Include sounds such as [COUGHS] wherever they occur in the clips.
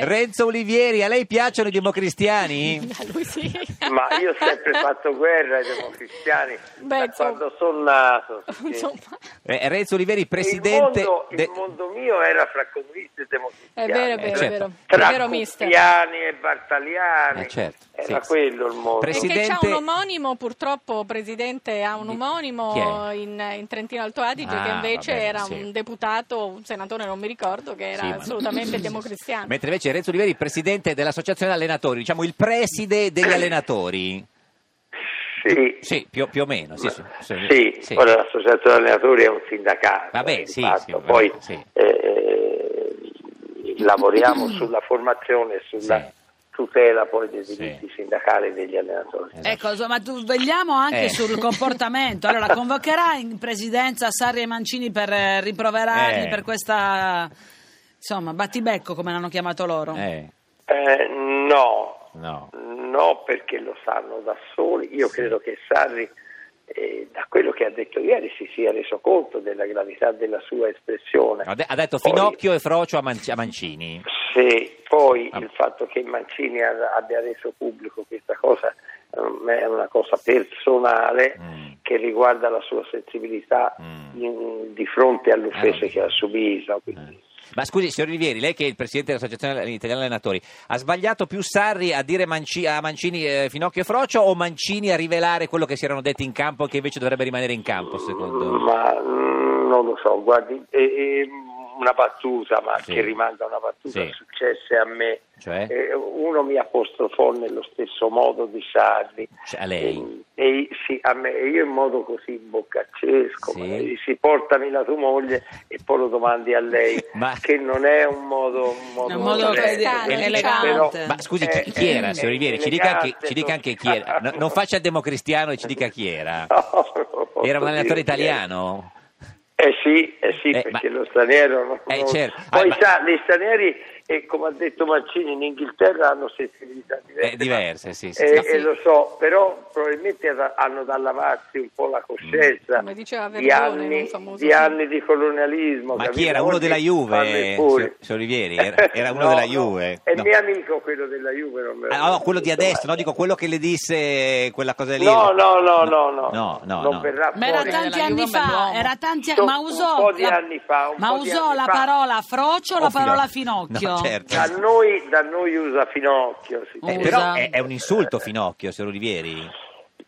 Eh. Renzo Olivieri, a lei piacciono i [LAUGHS] democristiani? A [LAUGHS] lui sì. Ma io ho [LAUGHS] sempre fatto guerra ai democristiani Beh, da insomma. quando [LAUGHS] sono nato. sì. Insomma, Eh, Renzo Olivieri, presidente... il, mondo, il de- mondo mio era fra comunisti e è democristiani. vero, è Eh, vero, è certo. vero. È Tra vero, mister. Cuffiani e Bartaliani. Eh, certo, Era sì. quello il mondo. Presi- Perché c'ha Presidente- un omonimo, purtroppo, Presidente, ha un Di- chi omonimo è? in, in Trentino Alto Adige che Ah, invece vabbè, era sì. un deputato, un senatore, non mi ricordo, che era Sì, ma- [COUGHS] assolutamente democristiano. Mentre invece Renzo Olivieri, presidente dell'associazione allenatori, diciamo il preside degli allenatori. Sì. Sì, più, più o meno. Sì, sì, sì. Sì, Sì. ora l'associazione allenatori è un sindacato. Vabbè, eh, di sì, fatto. sì, vabbè, Poi sì. eh, [CLEARS THROAT] lavoriamo sulla formazione e sulla Sì. tutela poi dei Sì. diritti sindacali degli allenatori. Ecco, insomma, tu- vegliamo anche Esatto. Eh. sul comportamento. [LAUGHS] Allora, convocherà in presidenza Sarri e Mancini per eh, rimproverarli Eh. per questa, insomma, battibecco, come l'hanno chiamato loro. Eh, Eh, no, no. No, perché lo sanno da soli. Io credo che Sarri, eh, da quello che ha detto ieri, si sia reso conto della gravità della sua espressione. Ha de- ha detto Poi- Finocchio e Frocio a, Manci- a Mancini. Sì, poi Ah. il fatto che Mancini ha- abbia reso pubblico questa cosa ehm, è una cosa personale Mm. che riguarda la sua sensibilità Mm. in- di fronte all'offesa Ah, che ha subito. quindi- Eh. Ma scusi, signor Olivieri, lei che è il presidente dell'Associazione Italiana Allenatori, ha sbagliato più Sarri a dire Manci- a Mancini eh, Finocchio e Frocio o Mancini a rivelare quello che si erano detti in campo e che invece dovrebbe rimanere in campo, secondo Mm, Ma mm, non lo so, guardi, è, è una battuta, ma Sì. che rimanda una battuta, Sì. successe a me. Cioè? Eh, uno mi apostrofò nello stesso modo di Sarri. Cioè, a lei? E, e sì, a me, e io in modo così boccaccesco, Sì. ma lei si portami la tua moglie e poi lo domandi a lei, [LAUGHS] Ma- che non è un modo... Un modo, È un modo corretto, elegante, però- elegante. Ma scusi, chi, eh, chi era, eh, signor Olivieri? Ci dica anche, elegante, ci dica anche chi era. [LAUGHS] No, non faccia il democristiano e ci dica chi era. No, non lo posso Era un allenatore dire chi era. italiano? Eh sì, eh sì Eh, perché ma- lo straniero non... Eh, non- certo. Ah, Poi ma- sa, gli stranieri, eh, come ha detto Mancini, in Inghilterra hanno sensibilità diverse. Eh, diverse, sì, sì. Eh, No, e lo so, però probabilmente ha- hanno da lavarsi un po' la coscienza Come diceva di, Verdone, anni, un famoso di film. anni di colonialismo. Ma capito? chi era? Uno Oggi della Juve, fanno i furi. signor- signor [LAUGHS] Olivieri? Era- era uno No, della no, Juve. È No. mio amico quello della Juve. Non me lo Ah, no, quello di ricordo, adesso, ma- no, dico quello che le disse quella cosa lì. eh, No, no, no, no, no, No, no, non no. verrà Ma era fuori. Della Juve tanti è anni un fa, bell'uomo. era tanti Un ma usò po' di la, anni fa, un ma po' di usò anni la fa. parola frocio o la O parola Finocchio. finocchio? Oh, No, [LAUGHS] certo. Da noi, da noi usa Finocchio. si Eh, Scusa. dice. però è, è un insulto, Finocchio, signor Olivieri.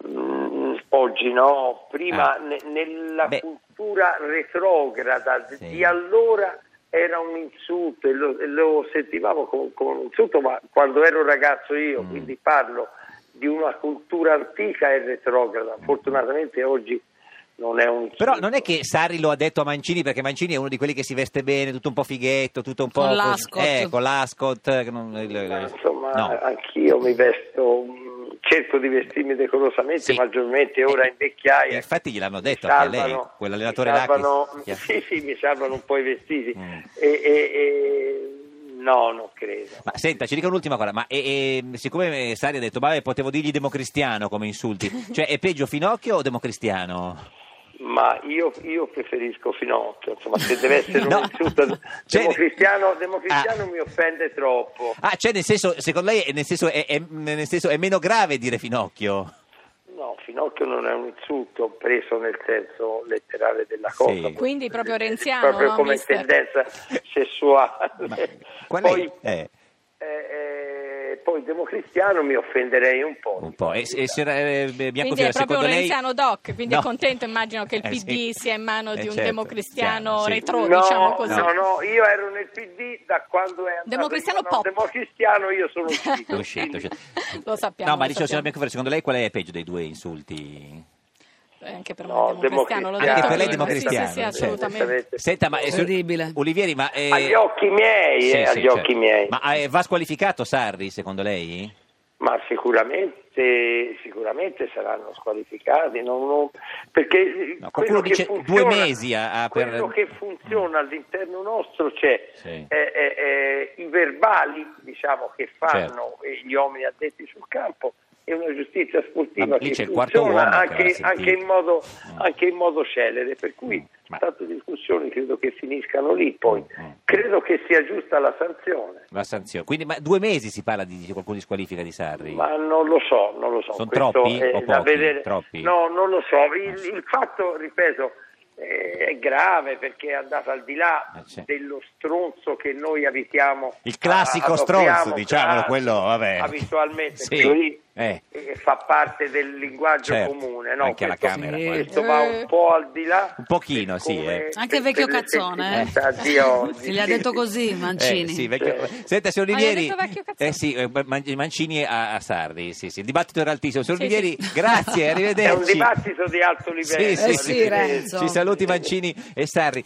Mm, oggi no, prima Ah. ne- nella Beh. cultura retrograda di- Sì. di allora era un insulto e lo, e lo sentivamo come, come un insulto, ma quando ero ragazzo io, Mm. quindi parlo di una cultura antica e retrograda. Fortunatamente oggi non è un insulto. Mm. Però non è che Sarri lo ha detto a Mancini, perché Mancini è uno di quelli che si veste bene, tutto un po' fighetto, tutto un po'... Con così- l'ascot. Eh, con l'ascot. che non- eh, Ma, insomma, eh, no. anch'io mi vesto, mm, cerco di vestirmi decorosamente, Sì. maggiormente ora in vecchiaia. Infatti gliel'hanno detto Mi anche a lei, salvano- quell'allenatore mi là che- salvano- che- Sì, sì, mi salvano un po' i vestiti. Mm. E, e- e- no, non credo. Ma senta, ci dica un'ultima cosa, ma e- e, siccome Sari ha detto, vabbè, potevo dirgli democristiano come [LAUGHS] insulti, cioè è peggio Finocchio o democristiano? Ma io, io preferisco Finocchio, insomma, se deve essere [LAUGHS] No. un insulto Cioè- democristiano, democristiano Ah. mi offende troppo. Ah, cioè nel senso, secondo lei, nel senso, è, è- nel senso, è meno grave dire Finocchio? No, Finocchio non è un insulto preso nel senso letterale della cosa. Eh, Sì. Quindi proprio renziano, Proprio no, come mister? tendenza sessuale. [LAUGHS] Ma qual è? Poi, Eh, eh, eh, poi democristiano mi offenderei un po'. un po'. E, e signora, eh, Biancofiore, Quindi è proprio secondo un lei... renziano doc, quindi No. è contento immagino che il [LAUGHS] Eh, sì. PD sia in mano Eh, di un certo, democristiano chiaro, sì. retro, no, diciamo così. No, no, io ero nel PD da quando è andato Democristiano in mano pop. Democristiano io sono [LAUGHS] uscito. È uscito, è uscito. Lo sappiamo, cioè. No, ma lo dicevo, signora sappiamo. Biancofiore, secondo lei qual è peggio dei due insulti? Eh, Anche per me No, è democristiano, l'ho democristiano. detto Anche per lei è prima. Sì, sì, democristiano, sì, certo. assolutamente. Senta, ma... eh, signor Orribile. Olivieri, ma... eh, Agli occhi miei, sì, eh, sì, agli certo. occhi miei. Ma, Ma eh, va squalificato Sarri, secondo lei? sicuramente, sicuramente saranno squalificati. non- non- perché No, qualcuno quello dice che funziona, due mesi a- a- per- quello che funziona all'interno nostro c'è Sì. eh, eh, eh, i verbali diciamo, che fanno Certo. eh, gli uomini addetti sul campo e una giustizia sportiva Ah, lì che c'è il quarto funziona uomo che va a anche, sentire. anche in modo, Mm. anche in modo celere. Per cui Ma- tante discussioni credo che finiscano lì poi. Mm. Credo che sia giusta la sanzione, La sanzione. Quindi, ma due mesi si parla di, di qualcuno di squalifica di Sarri. ma non lo so, non lo so. Son Questo troppi è o da pochi? vedere. Troppi? No, non lo so. Il, il fatto, ripeto, eh, è grave perché è andato al di là Eh, sì. dello stronzo che noi abitiamo. Il classico a- adoptiamo, stronzo, diciamolo, ah, quello, vabbè. Abitualmente, Sì. quello lì, Eh. eh, fa parte del linguaggio Certo, comune, no? anche alla Questo- Camera, Sì. quello. questo va un po' al di là Un pochino, sì, come- eh. Eh. Anche vecchio cazzone, [LAUGHS] eh. sensibilità di oggi. Se le ha detto così Eh, Mancini. sì, vecchio... Sì. Senta, signor Ah, gli ha Olivieri, detto vecchio cazzone. eh, sì, eh, Man- Mancini a, a Sarri, sì, sì, il dibattito era altissimo. Signor Sì, Olivieri, sì. grazie, è [LAUGHS] arrivederci. un dibattito di alto livello Sì, sì, Eh sì, sì. Renzo. Ci saluti Mancini e Sarri.